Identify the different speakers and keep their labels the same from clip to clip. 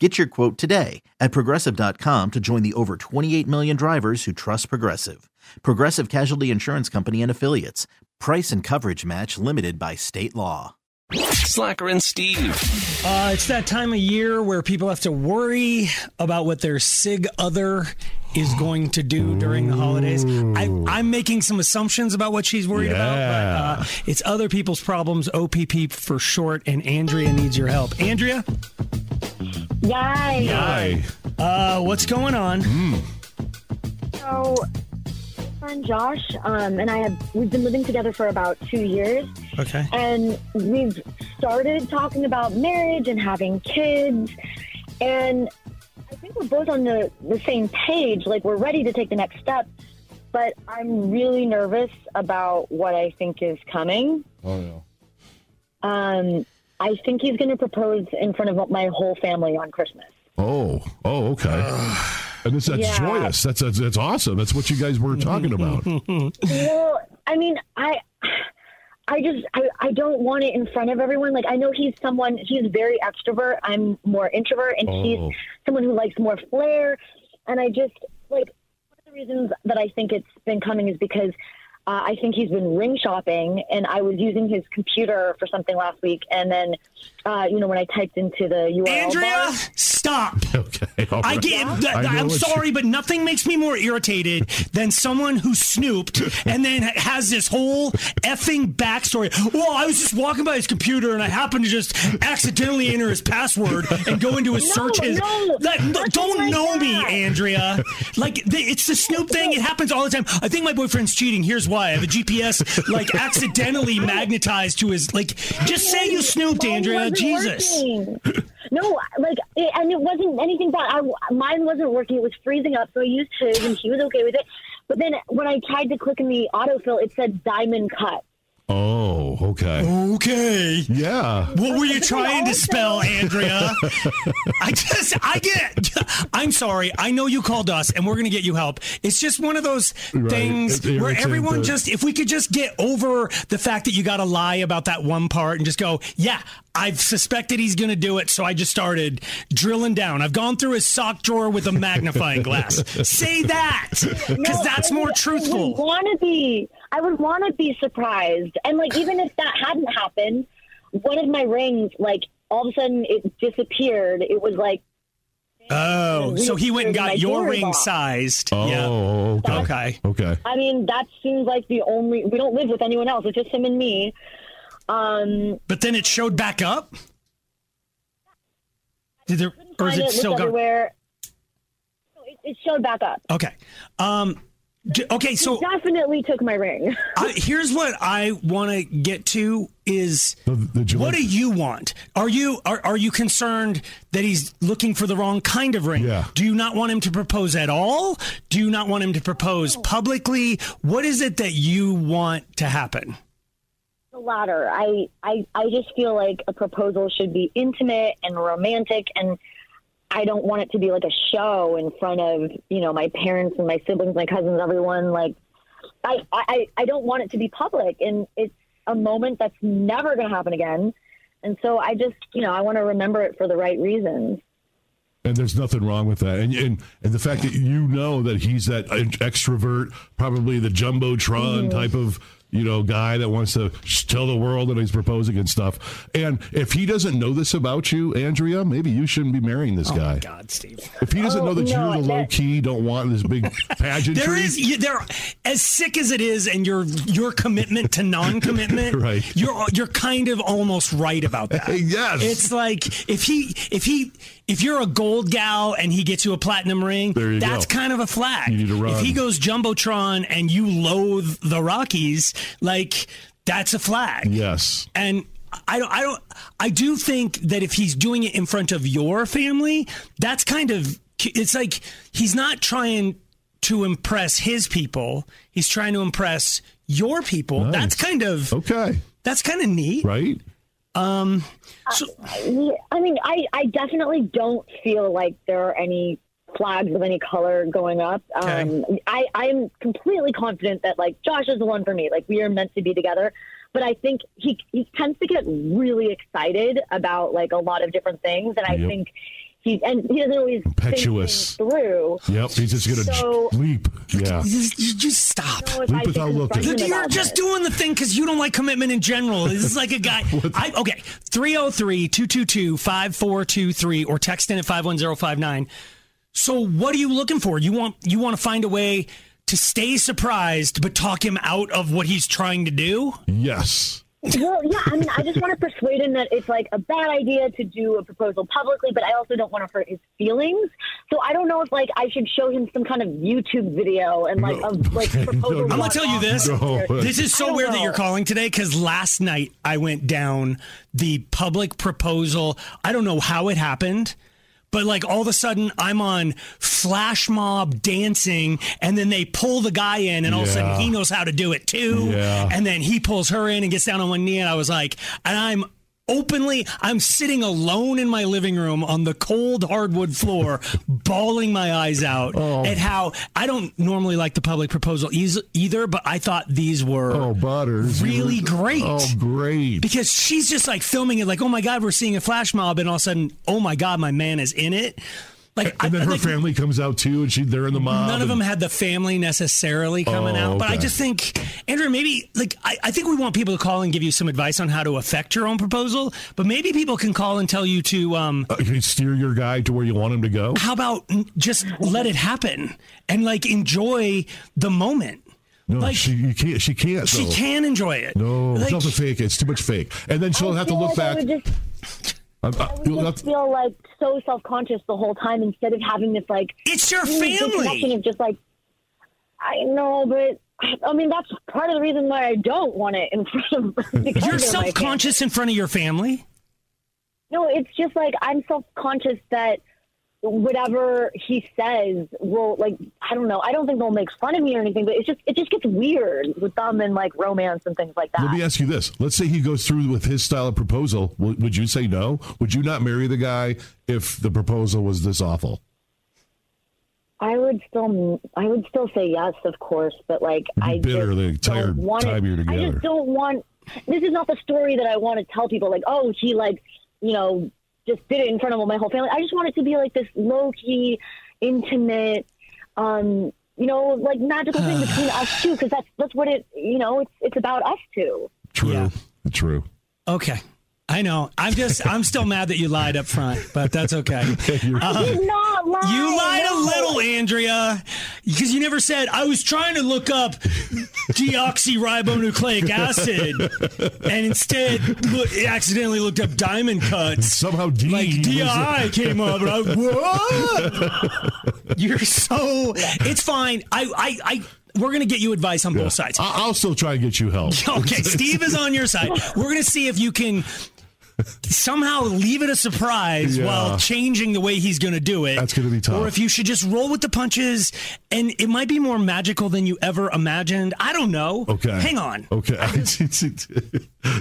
Speaker 1: Get your quote today at progressive.com to join the over 28 million drivers who trust Progressive. Progressive Casualty Insurance Company and Affiliates. Price and coverage match limited by state law.
Speaker 2: Slacker and Steve.
Speaker 3: Uh, it's that time of year where people have to worry about what their SIG other is going to do during the holidays. I, I'm making some assumptions about what she's worried about, but uh, it's other people's problems, OPP for short, and Andrea needs your help. Andrea,
Speaker 4: Yay.
Speaker 3: uh, what's going on?
Speaker 4: So, my friend Josh um, and I have we've been living together for about two years,
Speaker 3: Okay.
Speaker 4: and we've started talking about marriage and having kids, and I think we're both on the, the same page. Like we're ready to take the next step, but I'm really nervous about what I think is coming.
Speaker 5: Oh no.
Speaker 4: Um, I think he's going to propose in front of my whole family on Christmas.
Speaker 5: Oh, oh, okay. and it's that's
Speaker 4: Yeah.
Speaker 5: joyous. That's, that's that's awesome. That's what you guys were talking about.
Speaker 4: Well, I mean, I, I just, I, I don't want it in front of everyone. Like, I know he's someone, he's very extrovert. I'm more introvert, and
Speaker 5: Oh.
Speaker 4: he's someone who likes more flair. And I just, like, one of the reasons that I think it's been coming is because uh, I think he's been ring shopping, and I was using his computer for something last week. And then, uh, you know, when I typed into the URL,
Speaker 3: Andrea,
Speaker 4: bar-
Speaker 3: stop.
Speaker 5: okay. all
Speaker 3: I
Speaker 5: right.
Speaker 3: get.
Speaker 5: I know
Speaker 3: I'm
Speaker 5: what you-
Speaker 3: sorry, but nothing makes me more irritated than someone who snooped and then has this whole effing backstory. Well, I was just walking by his computer and I happened to just accidentally enter his password and go into his
Speaker 4: No,
Speaker 3: searches.
Speaker 4: no,
Speaker 3: Like, no,
Speaker 4: nothing
Speaker 3: don't
Speaker 4: like
Speaker 3: know me,
Speaker 4: that.
Speaker 3: Andrea. Like the, it's the Snoop thing. It happens all the time. I think my boyfriend's cheating. Here's why. I have a GPS like accidentally magnetized to his. Like just say you snooped,
Speaker 4: Mine
Speaker 3: Andrea.
Speaker 4: wasn't
Speaker 3: Jesus.
Speaker 4: working. No, like, it, and it wasn't anything bad. I, mine wasn't working. It was freezing up, so I used his, and he was okay with it. But then when I tried to click in the autofill, it said diamond cut.
Speaker 5: Oh, okay.
Speaker 3: Okay.
Speaker 5: Yeah.
Speaker 3: What were you
Speaker 4: But
Speaker 3: trying to
Speaker 4: also-
Speaker 3: spell, Andrea? I just, I get. I'm sorry. I know you called us, and we're going to get you help. It's just one of those
Speaker 5: Right.
Speaker 3: things
Speaker 5: It's
Speaker 3: where
Speaker 5: irritating,
Speaker 3: everyone
Speaker 5: but-
Speaker 3: just, if we could just get over the fact that you got to lie about that one part and just go, yeah, I've suspected he's going to do it, so I just started drilling down. I've gone through his sock drawer with a magnifying glass. Say that, because
Speaker 4: No,
Speaker 3: that's
Speaker 4: I
Speaker 3: more
Speaker 4: would- I would
Speaker 3: truthful.
Speaker 4: want to be. I would want to be surprised, and like even if that hadn't happened, one of my rings, like all of a sudden, it disappeared. It was like
Speaker 3: Oh, so he went and got
Speaker 4: My
Speaker 3: your
Speaker 4: jewelry
Speaker 3: ring
Speaker 4: box.
Speaker 3: sized.
Speaker 5: Oh,
Speaker 3: Yeah.
Speaker 5: okay.
Speaker 3: Okay.
Speaker 5: Okay.
Speaker 4: I mean, that seems like the only. We don't live with anyone else. It's just him and me. Um,
Speaker 3: But then it showed back up. Did there, or is
Speaker 4: tried
Speaker 3: it
Speaker 4: looked
Speaker 3: still going?
Speaker 4: everywhere. No, It, it showed back up.
Speaker 3: Okay. Um, d- okay. So
Speaker 4: Definitely took my ring.
Speaker 3: I, here's what I want to get to is
Speaker 5: The, the joy-
Speaker 3: what do you want? Are you are, are you concerned that he's looking for the wrong kind of ring?
Speaker 5: Yeah.
Speaker 3: Do you not want him to propose at all? Do you not want him to propose publicly? What is it that you want to happen?
Speaker 4: The latter. I, I, I just feel like a proposal should be intimate and romantic, and I don't want it to be like a show in front of you know my parents and my siblings, my cousins, everyone. Like, I, I, I don't want it to be public, and it's a moment that's never going to happen again. And so I just, you know, I want to remember it for the right reasons.
Speaker 5: And there's nothing wrong with that. And, and and the
Speaker 3: Mm-hmm.
Speaker 5: fact that you know that he's that extrovert, probably the jumbotron type of you know, guy that wants to sh- tell the world that he's proposing and stuff. And if he doesn't know this about you, Andrea, maybe you shouldn't be marrying
Speaker 3: Oh,
Speaker 5: this guy.
Speaker 3: God, Steve.
Speaker 5: If he doesn't
Speaker 4: Oh,
Speaker 5: know that
Speaker 4: no,
Speaker 5: you're the
Speaker 4: that-
Speaker 5: low key, don't want this big pageantry.
Speaker 3: There is you- there as sick as it is, and your your commitment to non-commitment,
Speaker 5: Right.
Speaker 3: You're you're kind of almost right about that.
Speaker 5: Yes.
Speaker 3: it's like if he if he if you're a gold gal and he gets you a platinum ring,
Speaker 5: There you
Speaker 3: that's
Speaker 5: go.
Speaker 3: kind of a flag.
Speaker 5: You need to
Speaker 3: If
Speaker 5: run.
Speaker 3: he goes jumbotron and you loathe the Rockies, like that's a flag.
Speaker 5: Yes.
Speaker 3: And I don't, I don't, I do think that if he's doing it in front of your family, that's kind of, it's like he's not trying to impress his people. He's trying to impress your people. That's kind of,
Speaker 5: Okay.
Speaker 3: that's kind of neat.
Speaker 5: Oh. Right?
Speaker 4: Yeah, I mean, I, I definitely don't feel like there are any flags of any color going up. Um, I, I'm completely confident that like Josh is the one for me. Like we are meant to be together. But I think he, he tends to get really excited about like a lot of different things. And I
Speaker 5: Yep.
Speaker 4: think he's, and he doesn't always think
Speaker 5: Impetuous.
Speaker 4: things through.
Speaker 5: Yep. He's just going to
Speaker 4: So-
Speaker 5: leap. Yeah.
Speaker 3: Just, just- just stop.
Speaker 4: So if
Speaker 5: Leap
Speaker 4: I get
Speaker 5: without looking.
Speaker 4: concerned
Speaker 3: Look, You're
Speaker 4: about
Speaker 3: just
Speaker 4: it-
Speaker 3: doing the thing because you don't like commitment in general. This is like a guy. I, okay, 303 222 5423 or text in at 51059. So, what are you looking for? You want you want to find a way to stay surprised, but talk him out of what he's trying to do?
Speaker 5: Yes.
Speaker 4: Well, yeah, I mean, I just want to persuade him that it's like a bad idea to do a proposal publicly, but I also don't want to hurt his feelings. So I don't know if like I should show him some kind of YouTube video and like
Speaker 5: No.
Speaker 4: of like
Speaker 5: Okay,
Speaker 4: proposal.
Speaker 5: no, no.
Speaker 3: I'm gonna tell you this.
Speaker 5: No.
Speaker 3: This is
Speaker 4: I
Speaker 3: so
Speaker 4: don't
Speaker 3: weird that
Speaker 4: know.
Speaker 3: you're calling today because last night I went down the public proposal. I don't know how it happened, but like all of a sudden I'm on flash mob dancing, and then they pull the guy in, and all of a sudden
Speaker 5: Yeah.
Speaker 3: he knows how to do it too.
Speaker 5: Yeah.
Speaker 3: And then he pulls her in and gets down on one knee, and I was like, and I'm. Openly, I'm sitting alone in my living room on the cold hardwood floor, bawling my eyes out
Speaker 5: Oh.
Speaker 3: at how I don't normally like the public proposal eas- either, but I thought these were
Speaker 5: Oh, butters.
Speaker 3: really
Speaker 5: You're-
Speaker 3: great.
Speaker 5: Oh, great.
Speaker 3: because she's just like filming it, like, oh my God, we're seeing a flash mob. And all of a sudden, oh my God, my man is in it. Like, I-
Speaker 5: And then her
Speaker 3: like,
Speaker 5: family comes out too, and she they're in the mob.
Speaker 3: None of
Speaker 5: and-
Speaker 3: them had the family necessarily coming
Speaker 5: Um, Oh,
Speaker 3: out, but I
Speaker 5: okay.
Speaker 3: just think, Andrew, maybe like I, I think we want people to call and give you some advice on how to affect your own proposal, but maybe people can call and tell you to um,
Speaker 5: Uh, can you steer your guy to where you want him to go?
Speaker 3: how about n- just let it happen and like enjoy the moment.
Speaker 5: No,
Speaker 3: like-
Speaker 5: she you can't. She can't.
Speaker 3: She
Speaker 5: though.
Speaker 3: can enjoy it.
Speaker 5: No,
Speaker 3: Like,
Speaker 5: it's not the fake. It's too much fake. And then she'll
Speaker 4: I
Speaker 5: have to
Speaker 4: feel like
Speaker 5: look back.
Speaker 4: I would just,
Speaker 5: I'm- I-
Speaker 4: I would
Speaker 5: you'll
Speaker 4: just
Speaker 5: have to-
Speaker 4: feel like so self conscious the whole time instead of having this like
Speaker 3: it's your
Speaker 4: really good connection
Speaker 3: family.
Speaker 4: of just like I know, but I mean that's part of the reason why I don't want it in front of. because of my
Speaker 3: You're
Speaker 4: family.
Speaker 3: self conscious in front of your family.
Speaker 4: No, it's just like I'm self conscious that whatever he says will like I don't know. I don't think they'll make fun of me or anything, but it's just it just gets weird with them and like romance and things like
Speaker 5: Let me
Speaker 4: that.
Speaker 5: ask you this. Let's say he goes through with his style of proposal. W- would you say no? Would you not marry the guy if the proposal was this awful?
Speaker 4: I would still I would still say yes, of course, but like
Speaker 5: You'd be
Speaker 4: I
Speaker 5: bitter
Speaker 4: just
Speaker 5: the entire
Speaker 4: don't want
Speaker 5: time
Speaker 4: it.
Speaker 5: you're
Speaker 4: I
Speaker 5: together.
Speaker 4: just don't want. This is not the story that I want to tell people. Like, oh, he like you know just did it in front of my whole family. I just want it to be like this low key, intimate. um you know, like magical thing between us two, because that's that's what it. You know, it's it's about us two.
Speaker 5: True.
Speaker 3: Yeah.
Speaker 5: True.
Speaker 3: Okay. I know. I'm just, I'm still mad that you lied up front, but that's okay.
Speaker 5: You're-
Speaker 4: Did not lie.
Speaker 3: You lied a
Speaker 4: no.
Speaker 3: little, Andrea, because you never said I was trying to look up deoxyribonucleic acid, and instead look, accidentally looked up diamond cuts.
Speaker 5: somehow D
Speaker 3: Like
Speaker 5: was-
Speaker 3: DI came up, and I what? You're so. It's fine. I, I, I. We're gonna get you advice on both sides.
Speaker 5: I- I'll still try and get you help.
Speaker 3: Okay, Steve is on your side. We're gonna see if you can somehow leave it a surprise
Speaker 5: Yeah.
Speaker 3: while changing the way he's gonna do it.
Speaker 5: That's gonna be tough.
Speaker 3: Or if you should just roll with the punches, and it might be more magical than you ever imagined. I don't know.
Speaker 5: Okay. Oh,
Speaker 3: hang on.
Speaker 5: Okay.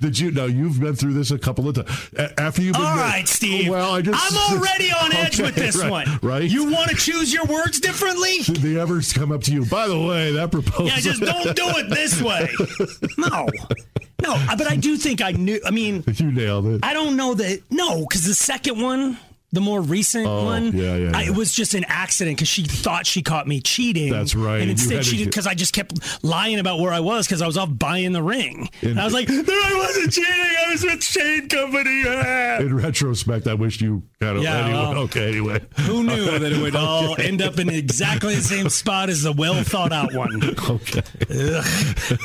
Speaker 5: Did you? Now you've been through this a couple of times. A- After you've been.
Speaker 3: All right, Steve.
Speaker 5: Well, I just.
Speaker 3: I'm already on edge
Speaker 5: Okay,
Speaker 3: with this
Speaker 5: right,
Speaker 3: one.
Speaker 5: Right.
Speaker 3: You want to choose your words differently?
Speaker 5: Did they ever come up to you? By the way, that proposal.
Speaker 3: Yeah, just don't do it this way. No, no. But I do think I knew. I mean,
Speaker 5: you nailed it.
Speaker 3: I don't know that. No, because the second one, the more recent
Speaker 5: Oh,
Speaker 3: one,
Speaker 5: yeah, yeah,
Speaker 3: I,
Speaker 5: yeah.
Speaker 3: it was just an accident because she thought she caught me cheating.
Speaker 5: That's right, and
Speaker 3: And
Speaker 5: you
Speaker 3: instead,
Speaker 5: had to
Speaker 3: she did
Speaker 5: get-
Speaker 3: because I just kept lying about where I was because I was off buying the ring. And, I was like, "No, I wasn't cheating. I was with Shane Company." Ah.
Speaker 5: In retrospect, I wish you kind of.
Speaker 3: Yeah,
Speaker 5: anyway,
Speaker 3: well,
Speaker 5: okay, anyway.
Speaker 3: Who knew that it would all end up in exactly the same spot as the well thought out one?
Speaker 5: Okay.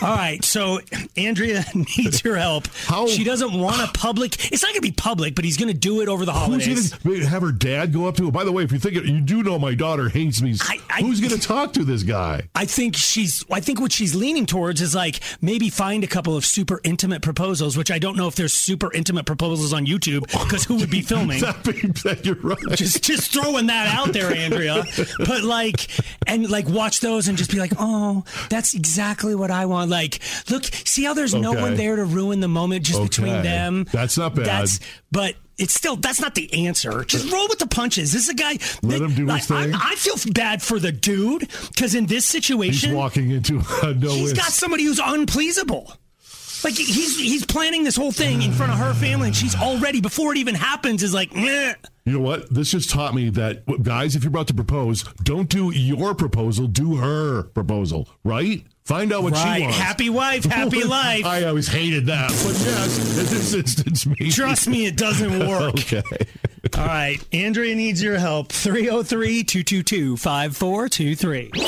Speaker 3: All right, so Andrea needs your help.
Speaker 5: How-
Speaker 3: She doesn't want a public. It's not going to be public, but he's going to do it over the
Speaker 5: Who's
Speaker 3: holidays.
Speaker 5: going to have her dad go up to her? By the way, if you think you do know my daughter hates me,
Speaker 3: I- I-
Speaker 5: who's going to talk to this guy?
Speaker 3: I think she's. I think what she's leaning towards is like maybe find a couple of super intimate proposals, which I don't know if there's super intimate proposals on YouTube because who would be filming?
Speaker 5: That being said, you're right.
Speaker 3: just just throwing that out there, Andrea. But like, and like, watch those and just be like, oh, that's exactly what I want. Like, look, see how there's no
Speaker 5: Okay.
Speaker 3: one there to ruin the moment just between
Speaker 5: Okay.
Speaker 3: them.
Speaker 5: That's not bad. Uh,
Speaker 3: That's but. It's still that's not the answer. Just roll with the punches. This is a guy.
Speaker 5: Let him do
Speaker 3: like,
Speaker 5: his thing.
Speaker 3: I, I feel bad for the dude because in this
Speaker 5: He's
Speaker 3: situation,
Speaker 5: walking into a no
Speaker 3: he's
Speaker 5: win.
Speaker 3: got somebody who's unpleasable. Like he's he's planning this whole thing in front of her family, and she's already before it even happens is like, "Meh."
Speaker 5: You know what? This just taught me that guys, if you're about to propose, don't do your proposal, do her proposal, right? Find out what
Speaker 3: Right.
Speaker 5: she wants.
Speaker 3: Happy wife, happy life.
Speaker 5: I always hated that, but yes, in this instance, maybe.
Speaker 3: Trust me, it doesn't work.
Speaker 5: Okay.
Speaker 3: All right. Andrea needs your help. 303 222 5423.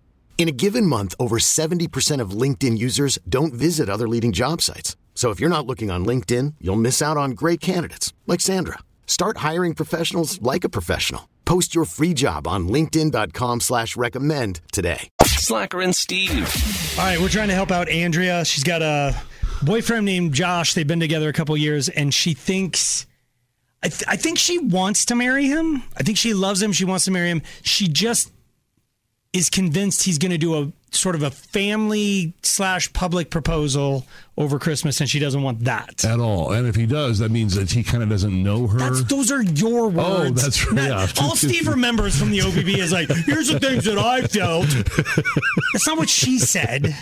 Speaker 6: In a given month, over 70% of LinkedIn users don't visit other leading job sites. So if you're not looking on LinkedIn, you'll miss out on great candidates like Sandra. Start hiring professionals like a professional. Post your free job on linkedin.com/recommend slash recommend today.
Speaker 2: Slacker and Steve.
Speaker 3: All right. We're trying to help out Andrea. She's got a boyfriend named Josh. They've been together a couple years, and she thinks. I, th- I think she wants to marry him. I think she loves him. She wants to marry him. She just is convinced he's going to do a sort of a family slash public proposal over Christmas, and she doesn't want that.
Speaker 5: At all. And if he does, that means that he kind of doesn't know her.
Speaker 3: That's those are your
Speaker 5: Oh,
Speaker 3: words.
Speaker 5: that's right. Yeah.
Speaker 3: All Steve remembers from the OBB is like, here's the things that I felt. That's not what she said,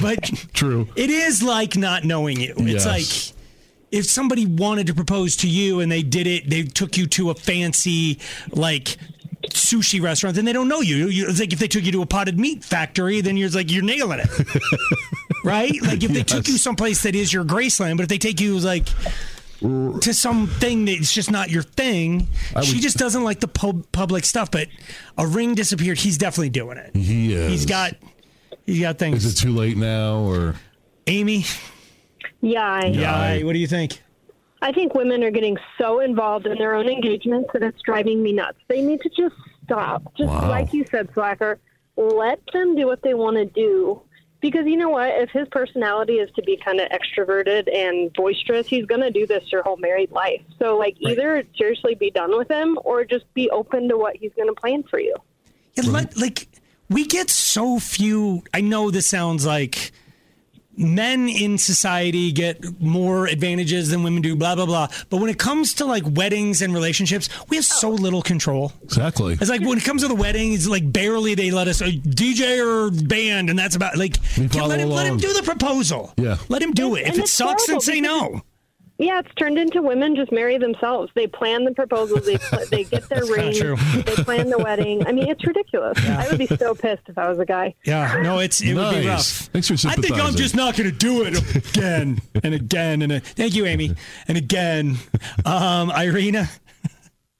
Speaker 3: but
Speaker 5: True.
Speaker 3: it is like not knowing you. It's
Speaker 5: Yes.
Speaker 3: like if somebody wanted to propose to you and they did it, they took you to a fancy like sushi restaurant, then they don't know you. you it's like if they took you to a potted meat factory, then you're like you're nailing it. right? Like if they took you someplace that is your Graceland, but if they take you like to something that's just not your thing, she just doesn't like the pub- public stuff. But a ring disappeared. He's definitely doing it.
Speaker 5: He is.
Speaker 3: He's got he's got
Speaker 5: Is
Speaker 3: things.
Speaker 5: it too late now, or
Speaker 3: Amy,
Speaker 4: Yeah, I,
Speaker 3: yeah, what do you think?
Speaker 4: I think women are getting so involved in their own engagements that it's driving me nuts. They need to just stop. Just
Speaker 5: Wow.
Speaker 4: like you said, Slacker, let them do what they want to do. Because you know what? If his personality is to be kind of extroverted and boisterous, he's going to do this your whole married life. So, like, either seriously be done with him or just be open to what he's going to plan for you.
Speaker 3: Yeah, let- like we get so few. I know this sounds like men in society get more advantages than women do, blah, blah, blah. But when it comes to like weddings and relationships, we have
Speaker 7: Oh.
Speaker 3: so little control.
Speaker 5: Exactly.
Speaker 3: It's like when it comes to the wedding, it's like barely they let us a DJ or band, and that's about like
Speaker 5: We
Speaker 3: yeah, let,
Speaker 5: follow
Speaker 3: him, let him
Speaker 5: along.
Speaker 3: do the proposal.
Speaker 5: Yeah.
Speaker 3: let him do it.
Speaker 7: And
Speaker 3: If it
Speaker 7: it's
Speaker 3: sucks, then
Speaker 7: horrible
Speaker 3: say
Speaker 7: because
Speaker 3: no.
Speaker 7: Yeah, it's turned into women just marry themselves. They plan the proposals, they pl- they get their
Speaker 3: kinda
Speaker 7: ring,
Speaker 3: true.
Speaker 7: they plan the wedding. I mean, it's ridiculous. I would be so pissed if I was a guy.
Speaker 3: Yeah, no, it's it would be
Speaker 5: Nice.
Speaker 3: rough.
Speaker 5: Thanks for
Speaker 3: I think I'm
Speaker 5: sympathizing.
Speaker 3: just not going to do it again and again and a, thank you, Amy, and again, um, Irina.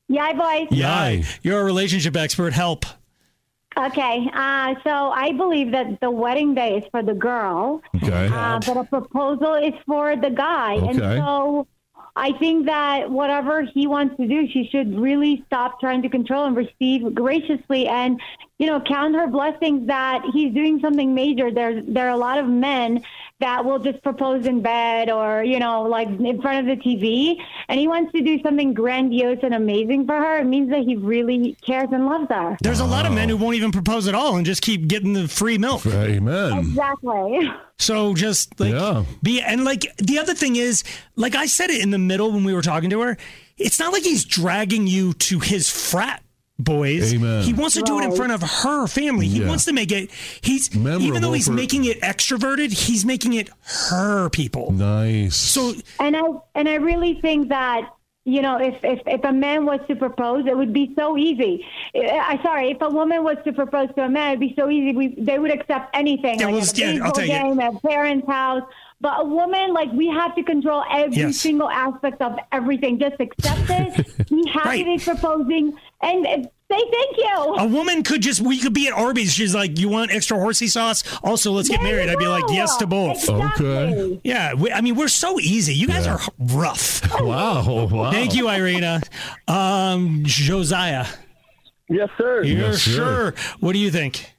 Speaker 4: Yay, boys.
Speaker 5: Yay.
Speaker 3: you're a relationship expert. Help.
Speaker 4: Okay, uh, so I believe that the wedding day is for the girl,
Speaker 5: Okay.
Speaker 4: uh, but a proposal is for the guy. And
Speaker 5: Okay.
Speaker 4: so I think that whatever he wants to do, she should really stop trying to control and receive graciously and, you know, count her blessings that he's doing something major. There's, there are a lot of men that will just propose in bed or, you know, like in front of the TV. And he wants to do something grandiose and amazing for her. It means that he really cares and loves her.
Speaker 3: There's a lot of men who won't even propose at all and just keep getting the free milk.
Speaker 5: Amen.
Speaker 4: Exactly.
Speaker 3: So just like
Speaker 5: Yeah.
Speaker 3: be and like the other thing is, like I said it in the middle when we were talking to her, it's not like he's dragging you to his frat boys.
Speaker 5: Amen.
Speaker 3: He wants to do it in front of her family. He
Speaker 5: Yeah.
Speaker 3: wants to make it he's even
Speaker 5: Memorable
Speaker 3: though he's
Speaker 5: for-
Speaker 3: making it extroverted, he's making it her people.
Speaker 5: Nice.
Speaker 3: So
Speaker 4: And I and I really think that you know if if if a man was to propose, it would be so easy. Uh, I I- sorry, if a woman was to propose to a man, it'd be so easy. We they would accept anything.
Speaker 3: Yeah,
Speaker 4: like
Speaker 3: well,
Speaker 4: at a
Speaker 3: yeah, I'll
Speaker 4: baseball
Speaker 3: take it.
Speaker 4: game, at a parents' house. But a woman, like we have to control every
Speaker 3: Yes.
Speaker 4: single aspect of everything. Just accept it. be happy
Speaker 3: Right.
Speaker 4: that he's proposing, and uh, say thank you.
Speaker 3: a woman could just we could be at Arby's. She's like, "You want extra horsey sauce? Also, let's get
Speaker 4: There you
Speaker 3: married." I'd be like,
Speaker 4: go.
Speaker 3: "Yes to both."
Speaker 4: Exactly.
Speaker 5: Okay.
Speaker 3: Yeah, we, I mean, we're so easy. You guys are h- rough. oh,
Speaker 5: wow. Wow.
Speaker 3: Thank you, Irina. Um, Josiah,
Speaker 8: Yes, sir.
Speaker 3: you're
Speaker 5: Yes,
Speaker 3: sure.
Speaker 5: sir.
Speaker 3: What do you think?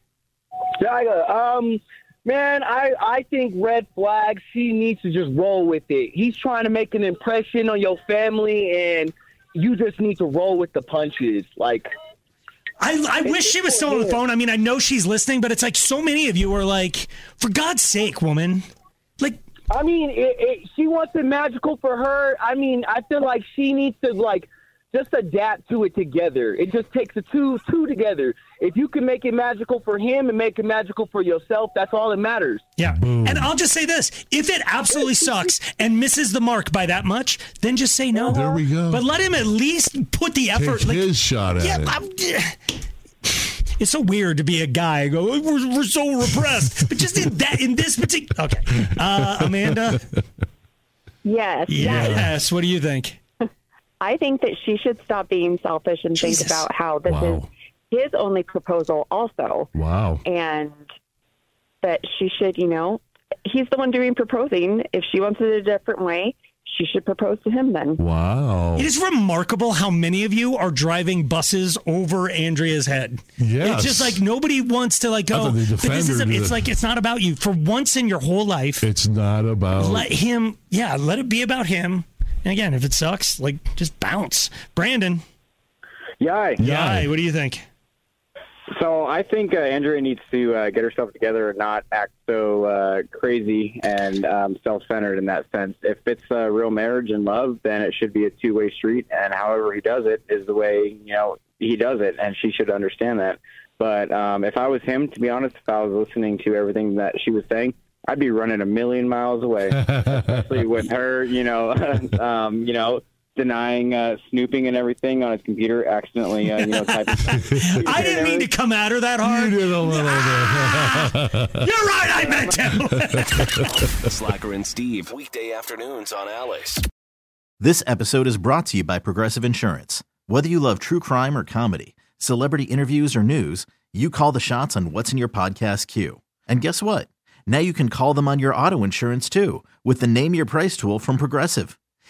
Speaker 8: Jaga, um, man, I, I think red flags, he needs to just roll with it. He's trying to make an impression on your family, and you just need to roll with the punches. Like,
Speaker 3: I, I wish she was still on the phone. I mean, I know she's listening, but it's like so many of you are like, for God's sake, woman. Like,
Speaker 8: I mean, it, it, she wants it magical for her. I mean, I feel like she needs to, like, just adapt to it together. It just takes the two two together. If you can make it magical for him and make it magical for yourself, that's all that matters.
Speaker 3: yeah. And I'll just say this if it absolutely sucks and misses the mark by that much, then just say no.
Speaker 5: Oh, There we go.
Speaker 3: But let him at least put the effort.
Speaker 5: Take
Speaker 3: like,
Speaker 5: his shot at
Speaker 3: yeah,
Speaker 5: it.
Speaker 3: I'm, it's so weird to be a guy. and Go, we're, we're so repressed. but just in that, in this particular. Okay. Uh, Amanda?
Speaker 7: Yes.
Speaker 3: Yes. What do you think?
Speaker 7: I think that she should stop being selfish and
Speaker 3: Jesus.
Speaker 7: think about how this
Speaker 5: Wow.
Speaker 7: is his only proposal, also,
Speaker 5: Wow.
Speaker 7: and that she should, you know, he's the one doing proposing. If she wants it a different way, she should propose to him then.
Speaker 5: Wow.
Speaker 3: It is remarkable how many of you are driving buses over Andrea's head.
Speaker 5: Yes.
Speaker 3: It's just like nobody wants to like go.
Speaker 5: Other than
Speaker 3: "But This
Speaker 5: defend her
Speaker 3: isn't,
Speaker 5: to
Speaker 3: it's
Speaker 5: the-
Speaker 3: like it's not about you. For once in your whole life,
Speaker 5: It's not about.
Speaker 3: let him. Yeah, let it be about him. And again, if it sucks, like just bounce. Brandon,
Speaker 9: Yay.
Speaker 3: yeah, what do you think?
Speaker 9: So I think uh, Andrea needs to uh, get herself together and not act so uh, crazy and um, self-centered in that sense. If it's uh, real marriage and love, then it should be a two-way street, and however he does it is the way you know he does it, and she should understand that. But um, if I was him, to be honest, if I was listening to everything that she was saying, I'd be running a million miles away, especially with her, you know, um, you know. Denying uh, snooping and everything on his computer, accidentally, uh, you know, typing.
Speaker 3: I didn't mean to come at her that hard.
Speaker 5: You did a little
Speaker 3: You're right, I meant to.
Speaker 2: Slacker and Steve, weekday afternoons on Alice.
Speaker 1: This episode is brought to you by Progressive Insurance. Whether you love true crime or comedy, celebrity interviews or news, you call the shots on what's in your podcast queue. And guess what? Now you can call them on your auto insurance too with the Name Your Price tool from Progressive.